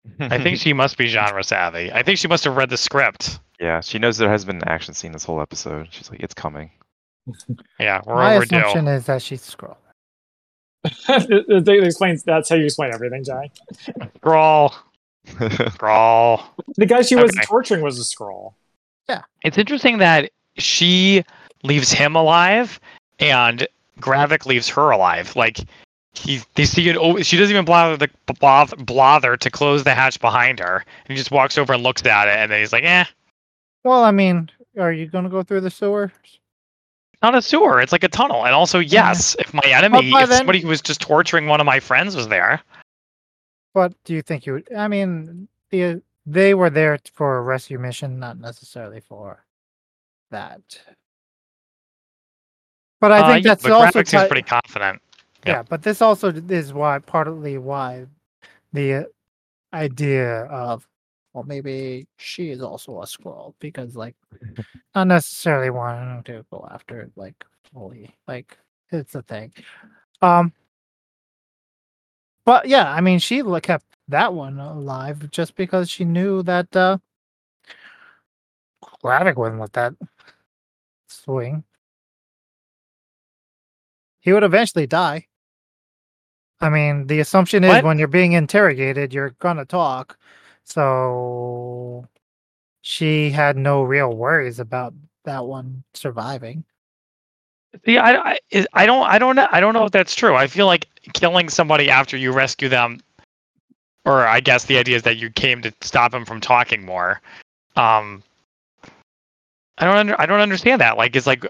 (laughs) I think (laughs) she must be genre savvy. I think she must have read the script. (laughs) yeah, she knows there has been an action scene this whole episode. She's like, it's coming. (laughs) Yeah, we're My overdue. assumption is that she's scroll. It- it- it explains that's how you explain everything, Jay. Scrawl, scrawl. The guy she was Okay. torturing was (laughs) a scroll. It's interesting that she leaves him alive and Gravik leaves her alive. Like he, they see it. o- She doesn't even bother to bother, bother to close the hatch behind her. And he just walks over and looks at it, and then he's like, "Eh, Well, I mean, are you gonna go through the sewers? not a sewer. It's like a tunnel." And also, Yeah. yes, if my enemy, by if then- somebody who was just torturing one of my friends was there, But do you think you would? I mean, the they were there t- for a rescue mission, not necessarily for that. But I Uh, think yeah, that's but also Gravik seems ti- pretty confident. yeah. yeah. But this also d- is why partly why the uh, idea of well maybe she is also a squirrel because like not necessarily wanting to go after it like fully like it's a thing. Um, but yeah, I mean, she l- kept that one alive just because she knew that uh Gravik wouldn't let that swing. He would eventually die. I mean, the assumption is What? when you're being interrogated, you're gonna talk. So she had no real worries about that one surviving. Yeah, I, I, is- I don't, I don't know, I don't know if that's true. I feel like killing somebody after you rescue them, or I guess the idea is that you came to stop him from talking more. Um, I don't, under, I don't understand that. Like, it's like,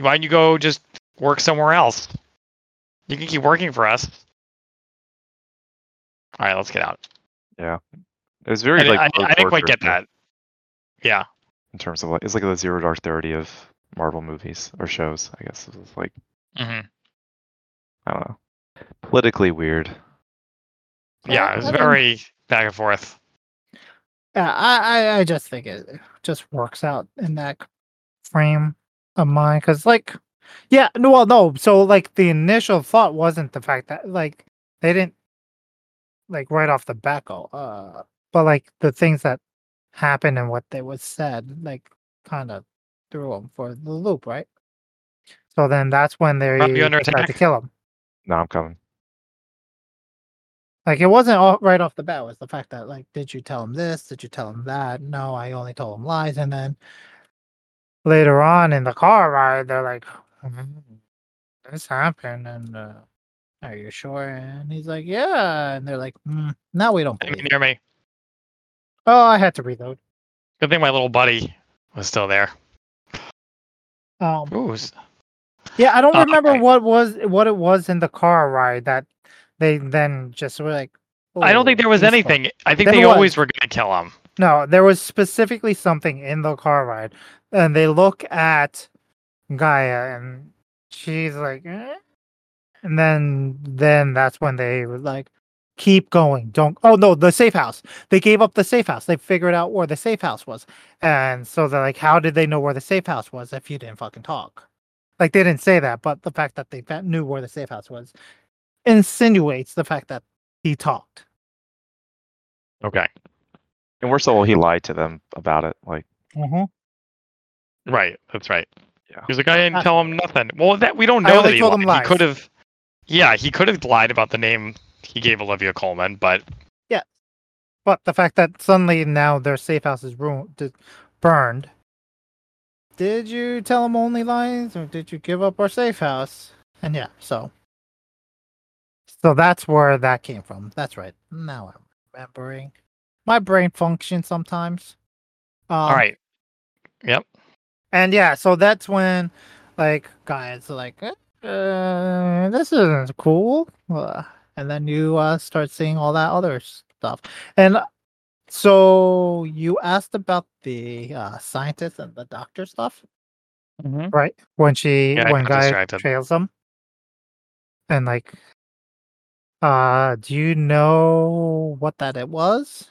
why don't you go just work somewhere else? You can keep working for us. All right, let's get out. It was very I, like. I, low I didn't quite torture get for- that. Yeah. in terms of like it's like the zero dark thirty of Marvel movies or shows. I guess it was like hmm I don't know, politically weird. Yeah, it was Okay. very back and forth. Yeah, I, I, I just think it just works out in that frame of mind because, like, yeah, no, well, no. So, like, the initial thought wasn't the fact that, like, they didn't, like, right off the bat go, uh, but like the things that happened and what they was said, like, kind of threw them for the loop, right? So then that's when they Might be under decide to attack. kill him. No, I'm coming. Like it wasn't all right off the bat. It was the fact that like, did you tell him this? Did you tell him that? No, I only told him lies. And then later on in the car ride, they're like, "Mm, "This happened," and uh, are you sure? And he's like, "Yeah." And they're like, mm, "Now we don't." Can Believe. you you." hear me? Oh, I had to reload. Good thing my little buddy was still there. Um, Ooh, s- yeah, I don't Uh, remember okay. what was what it was in the car ride that they then just were like. I don't think "Oh, there was this one." anything. I think There they always was. were going to kill him. No, there was specifically something in the car ride, and they look at Gaia, and she's like, eh? and then then that's when they were like, keep going, don't. Oh no, the safe house. They gave up the safe house. They figured out where the safe house was, and so they're like, how did they know where the safe house was if you didn't fucking talk? Like they didn't say that, but the fact that they fa- knew where the safe house was insinuates the fact that he talked. Okay. And worst of all, he lied to them about it. (laughs) Like Mm-hmm. Right. That's right. Yeah. He was like, I didn't Uh, tell him nothing. Well, that we don't I know only that he, told him lied. lies. he could have. Yeah, he could have lied about the name he gave Olivia Coleman, but But the fact that suddenly now their safe house is ruined, d- burned. Did you tell them only lies, or did you give up our safe house? And yeah, so, so that's where that came from. That's right. Now I'm remembering. My brain functions sometimes. Um, all right. and yeah, so that's when, like, guys are like, uh, this isn't cool. Uh, and then you uh, start seeing all that other stuff. And uh, so you asked about the uh, scientist and the doctor stuff, right? When she, Mm-hmm. Yeah, I when got guy distracted. trails them. And like, uh, do you know what that it was?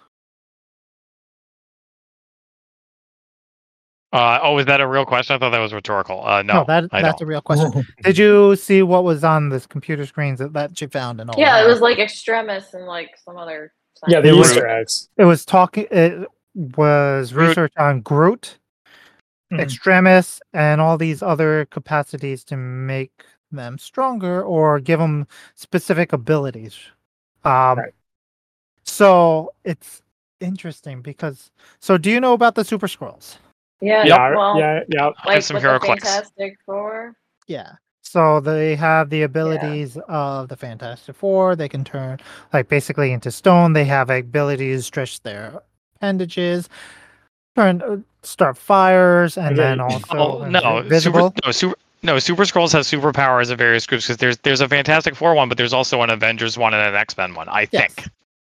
Uh, oh, is that a real question? I thought that was rhetorical. Uh, no, that, I that's a don't. real question. Did you see what was on the computer screens that, that you found and all yeah, that? it was like extremis and like some other. yeah, the They were- Easter eggs. it was talking it was Groot. research on Groot, Mhm. Extremis, and all these other capacities to make them stronger or give them specific abilities. Um, Right. So it's interesting because. So do you know about the Super Scrolls? Yeah, Yeah, well, yeah, yeah. I like have some with hero the clicks. Fantastic Four. Yeah. So they have the abilities of the Fantastic Four. They can turn like basically into stone. They have abilities to stretch their appendages, turn uh, start fires, and Okay. then also Oh, when they're no, uh, invisible. Super, no, super, no. Super Scrolls has superpowers of various groups because there's there's a Fantastic Four one, but there's also an Avengers one and an X Men one. I Yes. think.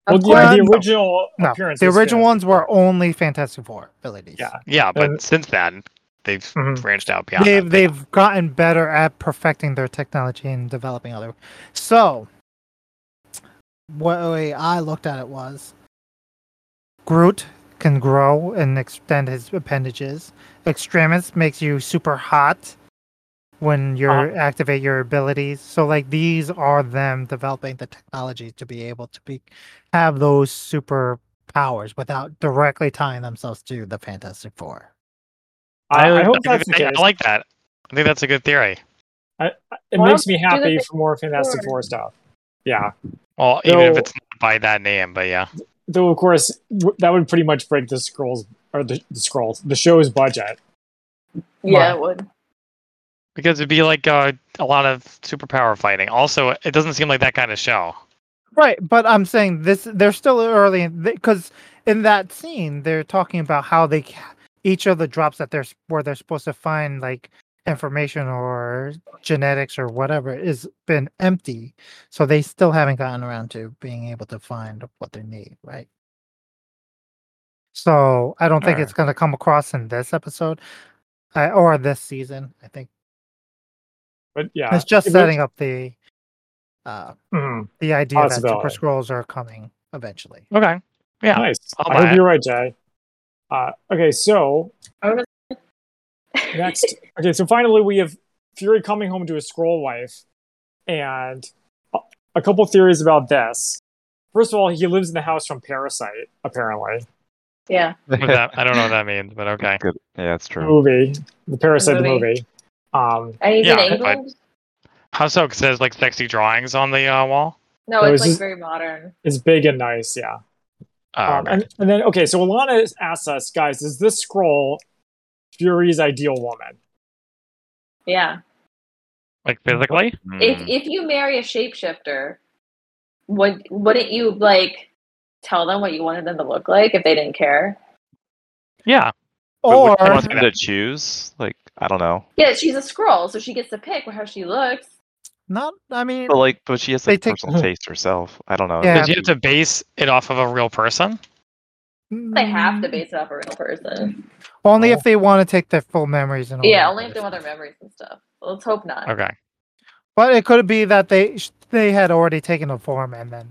Well, Of yeah, the course. original No, appearance. the was original ones Fantastic were Four. only Fantastic Four abilities. Yeah. Yeah, but And- since then they've Mhm. branched out beyond. Uh, mm-hmm. they've that. they've gotten better at perfecting their technology and developing other. So, what way I looked at it was, Groot can grow and extend his appendages. Extremis makes you super hot when you Uh-huh. activate your abilities. So, like these are them developing the technology to be able to be have those super powers without directly tying themselves to the Fantastic Four. I, I hope think that's the that- case. I like that. I think that's a good theory. it Why makes me the happy thing for more Fantastic before? Four stuff. Yeah. Well, even if No. it's not by that name, but yeah. Though, of course, w- that would pretty much break the scrolls or the, the scrolls, the show's budget. Yeah, Right. it would. Because it'd be like uh, a lot of superpower fighting. Also, it doesn't seem like that kind of show. Right, but I'm saying this. They're still early because in that scene they're talking about how they ca- each of the drops that they're s- where they're supposed to find like information or genetics or whatever is been empty, so they still haven't gotten around to being able to find what they need. Right. So I don't think Alright. it's going to come across in this episode uh, or this season. I think But yeah, it's just If we- setting up the uh, Mhm. the idea that Possibility. super scrolls are coming eventually. Okay. Yeah. Nice. I'll I buy hope it. you're right, Jay. Uh, okay, so (laughs) Next. Okay, so finally we have Fury coming home to his scroll wife, and a- a couple theories about this. First of all, he lives in the house from Parasite, apparently. (laughs) yeah. What that- I don't know what that means, but okay. Good. Yeah, that's true. Movie, the Parasite, the Movie. movie. Um, And he's Yeah, in I- England. How so? 'Cause there's like sexy drawings on the uh, wall. no, No, it's it's like just- very modern. it's big and nice, yeah. Oh, Um, okay. and, and then, okay, so Alana asks us, guys, is this scroll Fury's ideal woman? Yeah. Like physically? Hmm. If if you marry a shapeshifter, would wouldn't you like tell them what you wanted them to look like if they didn't care? Yeah. Or Or which one wants them to choose? Like, I don't know. Yeah, she's a scroll, so she gets to pick how she looks. not. I mean, But like, but she has They like take- personal taste herself. I don't know. Yeah. Did you have to base it off of a real person? They have to base it off a real person. mm, Only Oh. if they want to take their full memories and all Yeah, that only if they other want their stuff. memories and stuff. Let's hope not. Okay. But it could be that they sh- they had already taken a form and then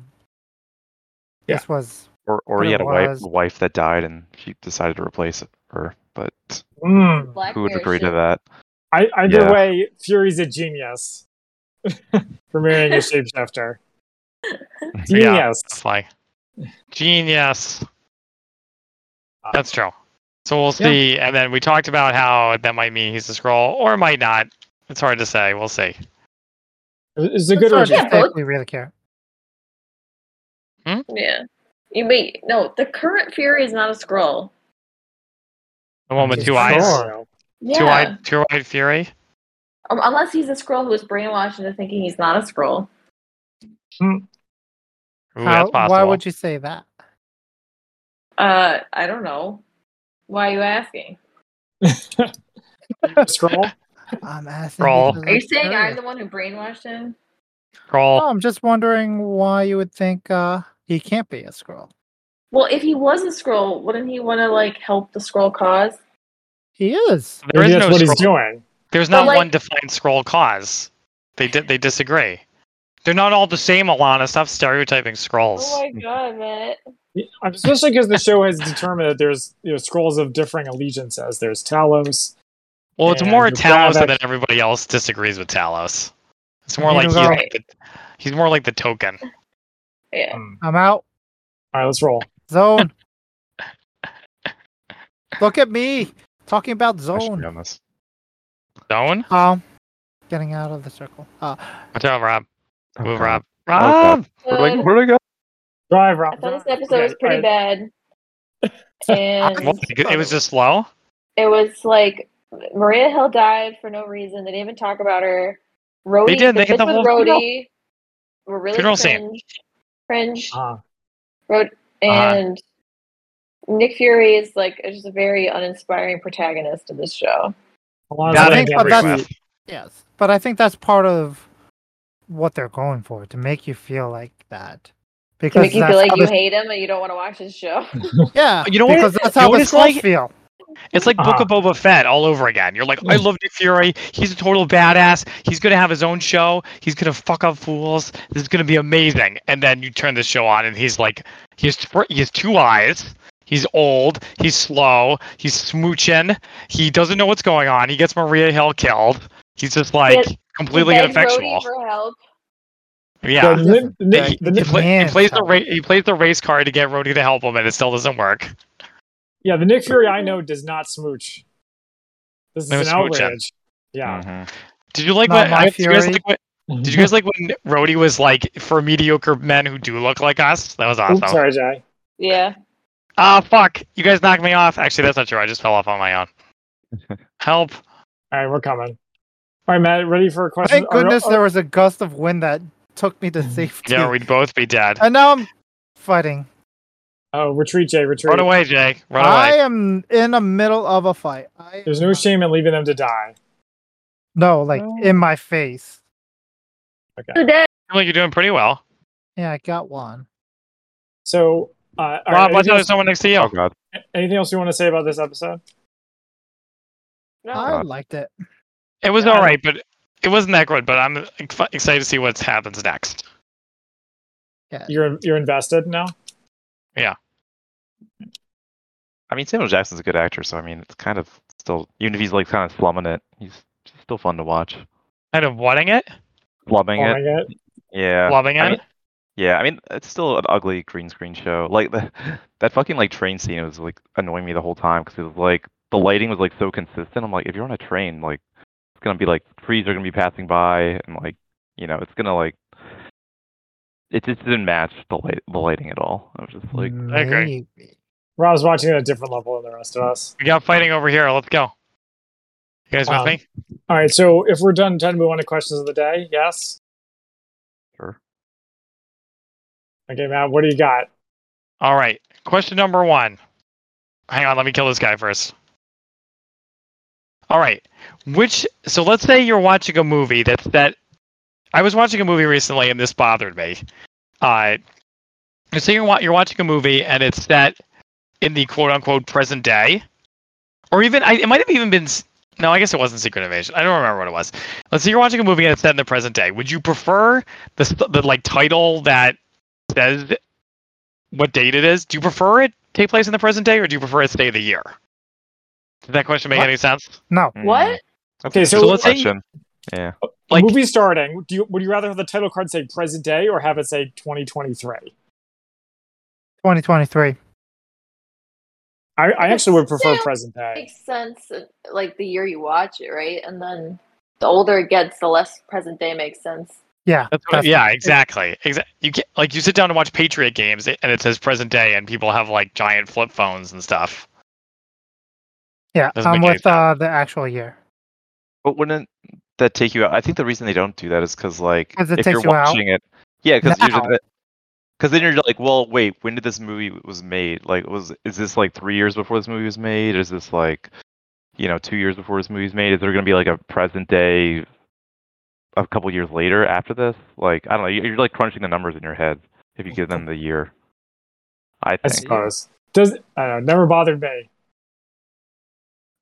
Yeah. this was Or or But he it had a wife, was- wife that died, and he decided to replace her. But Mm. Black who would Mirror agree to shit. that? I, either Yeah. way, Fury's a genius (laughs) for marrying a (laughs) shapeshifter. Genius. It's like genius. Uh, That's true. So we'll see, and then we talked about how that might mean he's a scroll or might not. It's hard to say. We'll see. It's a good Sorry, one. Yeah, if they both. actually really care. Yeah. You may no, the current Fury is not a scroll. The one with She's two a eyes, scroll. Yeah. two eyed, two eyed fury. Um, unless he's a scroll who was brainwashed into thinking he's not a scroll. Ooh, How, that's possible. why would you say that? Uh, I don't know. Why are you asking? Scroll. I'm asking. Scroll. because Are you I'm saying I'm curious. the one who brainwashed him? No, scroll? I'm just wondering why you would think uh, he can't be a scroll. Well, if he was a scroll, wouldn't he want to like help the scroll cause? He is. There Maybe is that's no what scroll. he's doing. There's But, not like- one defined scroll cause. They di- they disagree. They're not all the same, Alana. Stop stereotyping scrolls. Oh Oh, my god, Matt! Yeah, Especially because the show has determined that there's you know, scrolls of different allegiances. There's Talos. well, it's and more the Talos product- than everybody else disagrees with Talos. It's more You like he's, know- like the, he's more like the token. Yeah, Hmm. I'm out. All right, let's roll. Zone. Look at me talking about I should be zone. on this. Zone. Um, getting out of the circle. Uh, Watch out, Rob. Oh, Move, God. Rob. Rob. God. Where do I, Good. where do I go? Drive, Rob. Uh, I thought this drive. episode was Okay, pretty all right. bad, (laughs) and What? It was just slow. it was like Maria Hill died for no reason. They didn't even talk about her. Rhodey, did, The they had bits the with whole Rhodey were really Funeral scene. cringe. Cringe. Uh-huh. Rhod- Uh-huh. and Nick Fury is like just a very uninspiring protagonist of this show. Alana's That laying ain't- down but her that's- feet. yes, but I think that's part of what they're going for to make you feel like that. To Because make you that's feel like how you the- hate him and you don't want to watch his show. yeah, You know what- because that's you know how what the it's scrolls like? feel. It's like Book of Boba Fett all over again. You're like, I love Nick Fury. He's a total badass. He's gonna have his own show. He's gonna fuck up fools. This is gonna be amazing. And then you turn the show on, and he's like, he has thr- he has two eyes. He's old. He's slow. He's smooching. He doesn't know what's going on. He gets Maria Hill killed. He's just like (laughs) completely He begged ineffectual. Rhodey for help. Yeah. The nim- the- Like, the He, nim- different- play, he Man, plays the Tom. ra- he plays the race car to get Rhodey to help him, and it still doesn't work. yeah, the Nick Fury I know does not smooch. This is No an smooching. outrage. Yeah. Mhm. Did you like Not what? my I, did you guys Fury. like what? Hmm. Did you guys like when Rhodey was like for mediocre men who do look like us? That was Oops, awesome. sorry, Jay. Yeah. Ah, fuck! You guys knocked me off. Actually, that's not true. I just fell off on my own. Help! All right, we're coming. All right, Matt, ready for a uh, question? Thank Are- goodness are- there was a gust of wind that took me to Mm, safety. Yeah, we'd both be dead. and now I'm fighting. oh, retreat, Jay, retreat. Run away, Jake. Run I away. am in the middle of a fight. I There's no shame in leaving them to die. No, like No. in my face. Who dead? I feel like you're doing pretty well. Yeah, I got one. So, uh, all right, Rob, watch anything, out! There's else, someone next to Oh you. god. anything else you want to say about this episode? Oh, I liked it. It was Yeah. all right, but it wasn't that good. But I'm ex- excited to see what happens next. You're you're invested now. I mean, Samuel Jackson's a good actor, so I mean, it's kind of still even if he's like kind of slumming it, he's still fun to watch. Kind of wetting it, Slumming Oh, it. my God. Yeah. loving it. I mean- Yeah, I mean it's still an ugly green screen show. Like the, that fucking like train scene was like annoying me the whole time because it was like the lighting was like so consistent. I'm like, if you're on a train, like it's gonna be like trees are gonna be passing by and like you know it's gonna like it just didn't match the light the lighting at all. I was just like, Mm. I agree. Maybe. Rob's watching at a different level than the rest of us. we got fighting over here. Let's go. You guys Um, with me? All right, so if we're done, time to move on to questions of the day. Yes. sure. Okay, Matt, what do you got? All right. Question number one. Hang on. Let me kill this guy first. All right. Which so let's say you're watching a movie that's that I was watching a movie recently and this bothered me. Uh, let's say you're wa- you're watching a movie and it's set in the quote unquote present day, or even I, it might have even been s- no, I guess it wasn't Secret Invasion. I don't remember what it was. Let's say you're watching a movie and it's set in the present day. Would you prefer the st- the like title that says what date it is? Do you prefer it take place in the present day, or do you prefer it stay the year? Did that question make What? any sense? No, What? That's Okay, a so good let's say- question. yeah. Like- movie starting. Do you would you rather have the title card say present day or have it say 2023? 2023. I, I actually would prefer Yeah. present day. Makes sense, uh, like the year you watch it, right? And then the older it gets, the less present day makes sense. Yeah, That's what I- yeah, exactly. Exactly. You can like you sit down and watch Patriot games, and it says present day, and people have like giant flip phones and stuff. yeah. Doesn't I'm make any with uh, the actual year. But wouldn't that take you out? I think the reason they don't do that is because like 'Cause it if takes you're you out watching it, yeah, because now. because uh, then you're like, well, wait, when did this movie was made? Like, was is this like three years before this movie was made? Is this like, you know, two years before this movie was made? Is there gonna be like a present day, a couple years later after this? Like, I don't know. You're, you're like crunching the numbers in your head if you give them the year. I I think. suppose. Does I don't know, never bothered me.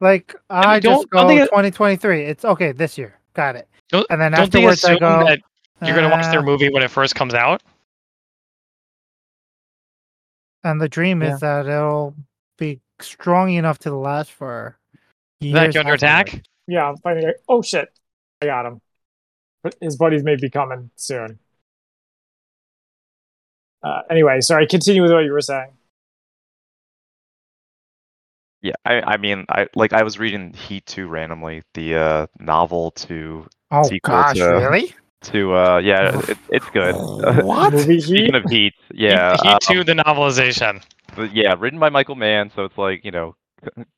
Like I, don't- just go don't think it- 2023. It's okay this year. Got it. Don't- and then Don't they afterwards I assume go. that you're gonna watch "Uh, their movie when it first comes out? And the dream Yeah. is that it'll be strong enough to last for Is that years. under attack? afterwards. Yeah, I'm finding out. Oh shit, I got him. But his buddies may be coming soon. Uh, anyway, sorry. Continue with what you were saying. Yeah, I, I mean, I like I was reading Heat Two randomly, the uh, novel to Oh Sequel gosh, to- really? to uh, yeah, it, it's good. (laughs) What? Movie Speaking Heat. of Heat, yeah, He, um, too, the novelization. but yeah, written by Michael Mann, so it's like you know,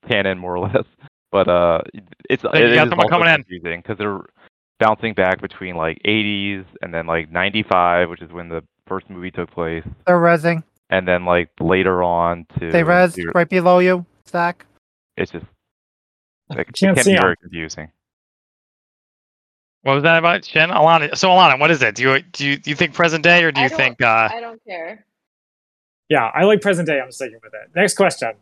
canon more or less. (laughs) But uh, it's you it got is someone also coming in. confusing because they're bouncing back between like 80s and then like 95, which is when the first movie took place, They're rezzing. and then like later on to They res to- right below you, stack. It's just like, it Can't can see be 'em. very confusing. What was that about, Shin? Alana. So Alana, what is it? Do you do you, do you think present day, or do I you don't- think uh, I don't care. Yeah, I like present day. I'm sticking with it. Next question.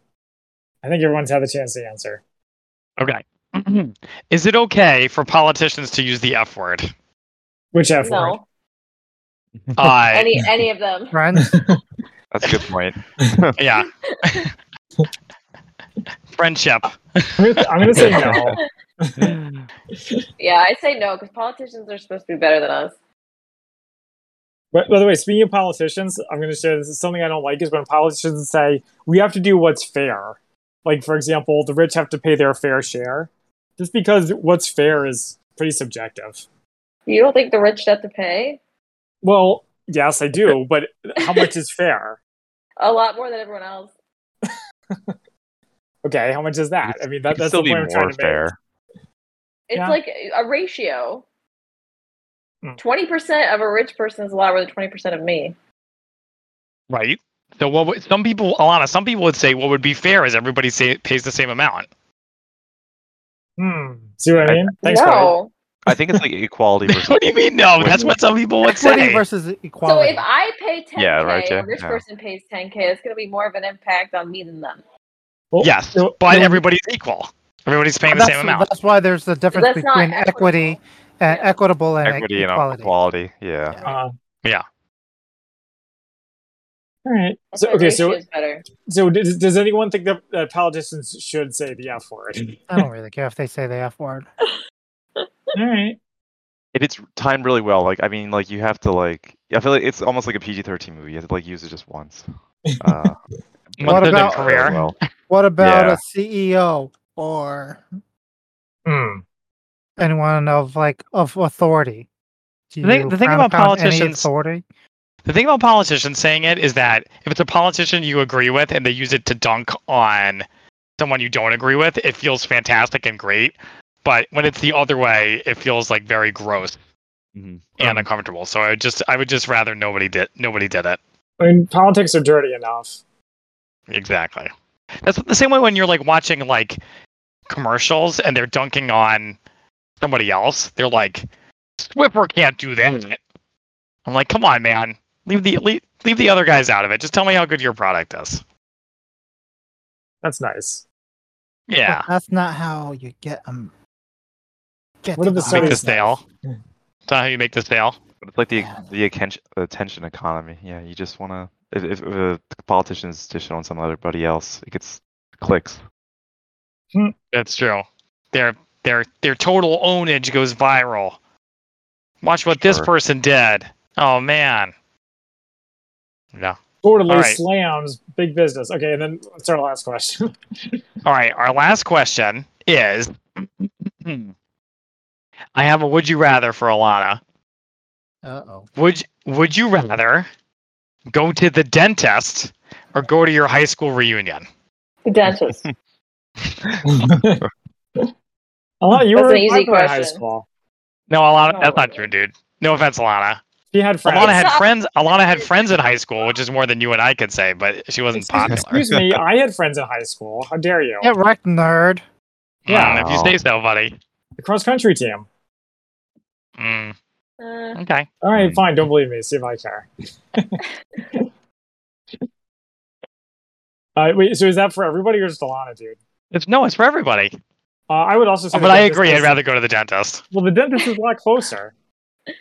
I think everyone's had the chance to answer. okay? (clears throat) is it okay for politicians to use the F word? (laughs) Which F word? No, Uh, (laughs) any any of them. (laughs) Friends. That's a good point. yeah. Friendship. I'm gonna- I'm gonna say no. (laughs) Yeah, I say no because politicians are supposed to be better than us. By, by the way, speaking of politicians, I'm going to share this is something I don't like is when politicians say we have to do what's fair. Like for example, the rich have to pay their fair share, just because what's fair is pretty subjective. You don't think the rich have to pay Well, yes, I do, but how much is fair? a lot more than everyone else? Okay, how much is that? I mean, that, It'd that's still the be point I'm trying more to fair. It's Yeah. like a ratio. Hmm. Twenty percent of a rich person is a lot more than twenty percent of me. right? So what? Would, some people, Alana, some people would say what would be fair is everybody say, pays the same amount. Hmm. See what I I- mean? Thanks, Brian. no. I think it's like equality (laughs) (laughs) versus. what do you mean? No, that's what some people would Equity say. versus So equality. if I pay ten Yeah, k, right, yeah, a rich yeah. person pays ten k. It's going to be more of an impact on me than them. Well, Yes, no- but no- everybody's equal. Everybody's paying the that's, same amount. that's why there's the difference That's not between equity equitable. and Yeah. equitable and equity and equality. equality. Yeah. Uh, Yeah. All right. That's So why okay. So ratio is better. so does, does anyone think that uh, politicians should say the F word? I (laughs) don't really care if they say the F word. All right. If it's timed really well, like I mean, like you have to like. I feel like it's almost like a PG-13 movie. You have to like use it just once. Uh, What but it about- does really Career. well. What about Yeah. a CEO or Hmm. anyone of like of authority? Do The thing- you the thing frown about upon any politicians- authority, The thing about politicians saying it is that if it's a politician you agree with and they use it to dunk on someone you don't agree with, it feels fantastic and great. But when it's the other way, it feels like very gross Mhm. and uncomfortable. So I would just I would just rather nobody did nobody did it. I mean, politics are dirty enough. Exactly. That's the same way when you're like watching like commercials and they're dunking on somebody else. They're like, Swiffer can't do that. I'm like, come on, man. Leave the leave, leave the other guys out of it. Just tell me how good your product is. That's nice. Yeah. (laughs) But that's not how you get them. Get What to are the the Make Sorry, the highest- Steph. sale. That's not how you make the sale. But it's like the Yeah. the attention attention economy. Yeah, you just want to. If, if, if a politician is dishing on some everybody else, it gets clicks. That's true. Their their their total ownage goes viral. Watch what this Sure. person did. Oh man. No. Totally All right. slams big business. Okay, and then what's our last question? (laughs) All right, our last question is I have a would you rather for Alana. Uh-oh. Would would you rather go to the dentist or go to your high school reunion? The (laughs) dentist. Alana, you That's were an in easy popular high question. school. No, Alana, that's No. not true, dude. No offense, Alana. She had friends. Alana had It's not- friends. Alana had friends in high school, which is more than you and I could say, but (laughs) she wasn't Excuse- popular. Excuse me, I had friends in high school. How dare you? Get wrecked, nerd. Mm, if you Wow. say so, buddy. The cross country team. Mm, Uh, okay. All right, Mm. fine. Don't believe me. See if I (laughs) care. uh, wait, so is that for everybody or just Alana, dude? It's no, it's for everybody. Uh, I would also say. Oh, the but I dentist agree. I'd is- rather go to the dentist. Well, the dentist is a lot closer. It's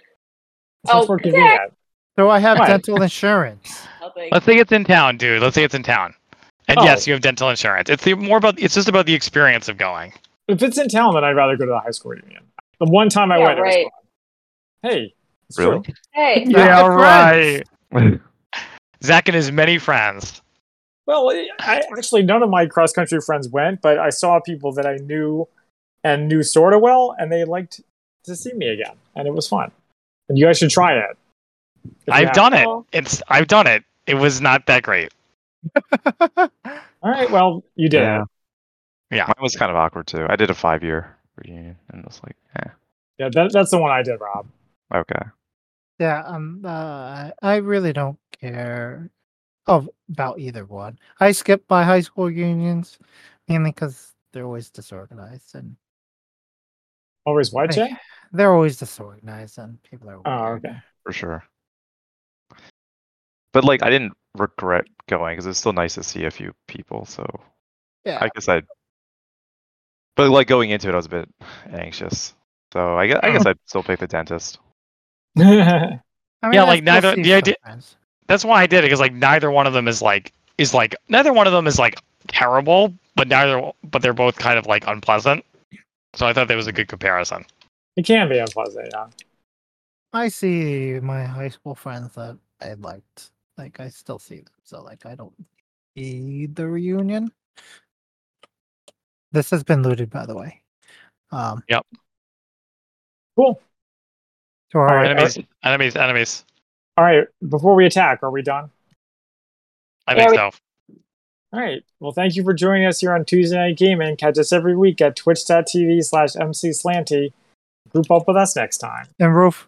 Oh, much more okay. convenient. Do I have Right. (laughs) dental insurance? (laughs) I'll take- Let's say it's in town, dude. Let's say it's in town. And Oh. yes, you have dental insurance. It's the more about. It's just about the experience of going. If it's in town, then I'd rather go to the high school reunion. The one time I Yeah, went, it right. was fun. Hey, it's Really? true. (laughs) Hey, Yeah, Yeah, right. Zach and his many friends. Well, I I- actually, none of my cross country friends went, but I saw people that I knew and knew sort of well, and they liked to see me again, and it was fun. And you guys should try it. If you I've have- done it. Well- It's I've done it. It was not that great. All right. Well, you did. Yeah. it. Yeah. Mine was kind of awkward too. I did a five year reunion and it was like, eh, Yeah. That, that's the one I did, Rob. okay. Yeah, um, uh, I really don't care of about either one. I skip my high school reunions mainly because they're always disorganized and Always what, Hey. Jay? they're always disorganized and people are. Oh, weird. okay. For sure. But like I didn't regret going because it's still nice to see a few people. So Yeah, I guess I. But like going into it, I was a bit anxious. So I guess, I guess I'd still pick the dentist. I I Yeah, like, still neither- see the idea- some friends. That's why I did it because like neither one of them is like is like neither one of them is like terrible, but neither but they're both kind of like unpleasant. So I thought that was a good comparison. (laughs) it can be unpleasant. Yeah. I see my high school friends that I liked. Like I still see them, so like I don't need the reunion. This has been looted, by the way. Um, Cool. to our right, Enemies, enemies, enemies. All right. Before we attack, are we done? I think Yeah, so. All right. Well, thank you for joining us here on Tuesday Night Gaming. Catch us every week at twitch.tv slash mcslanty. Group up with us next time. And Roof,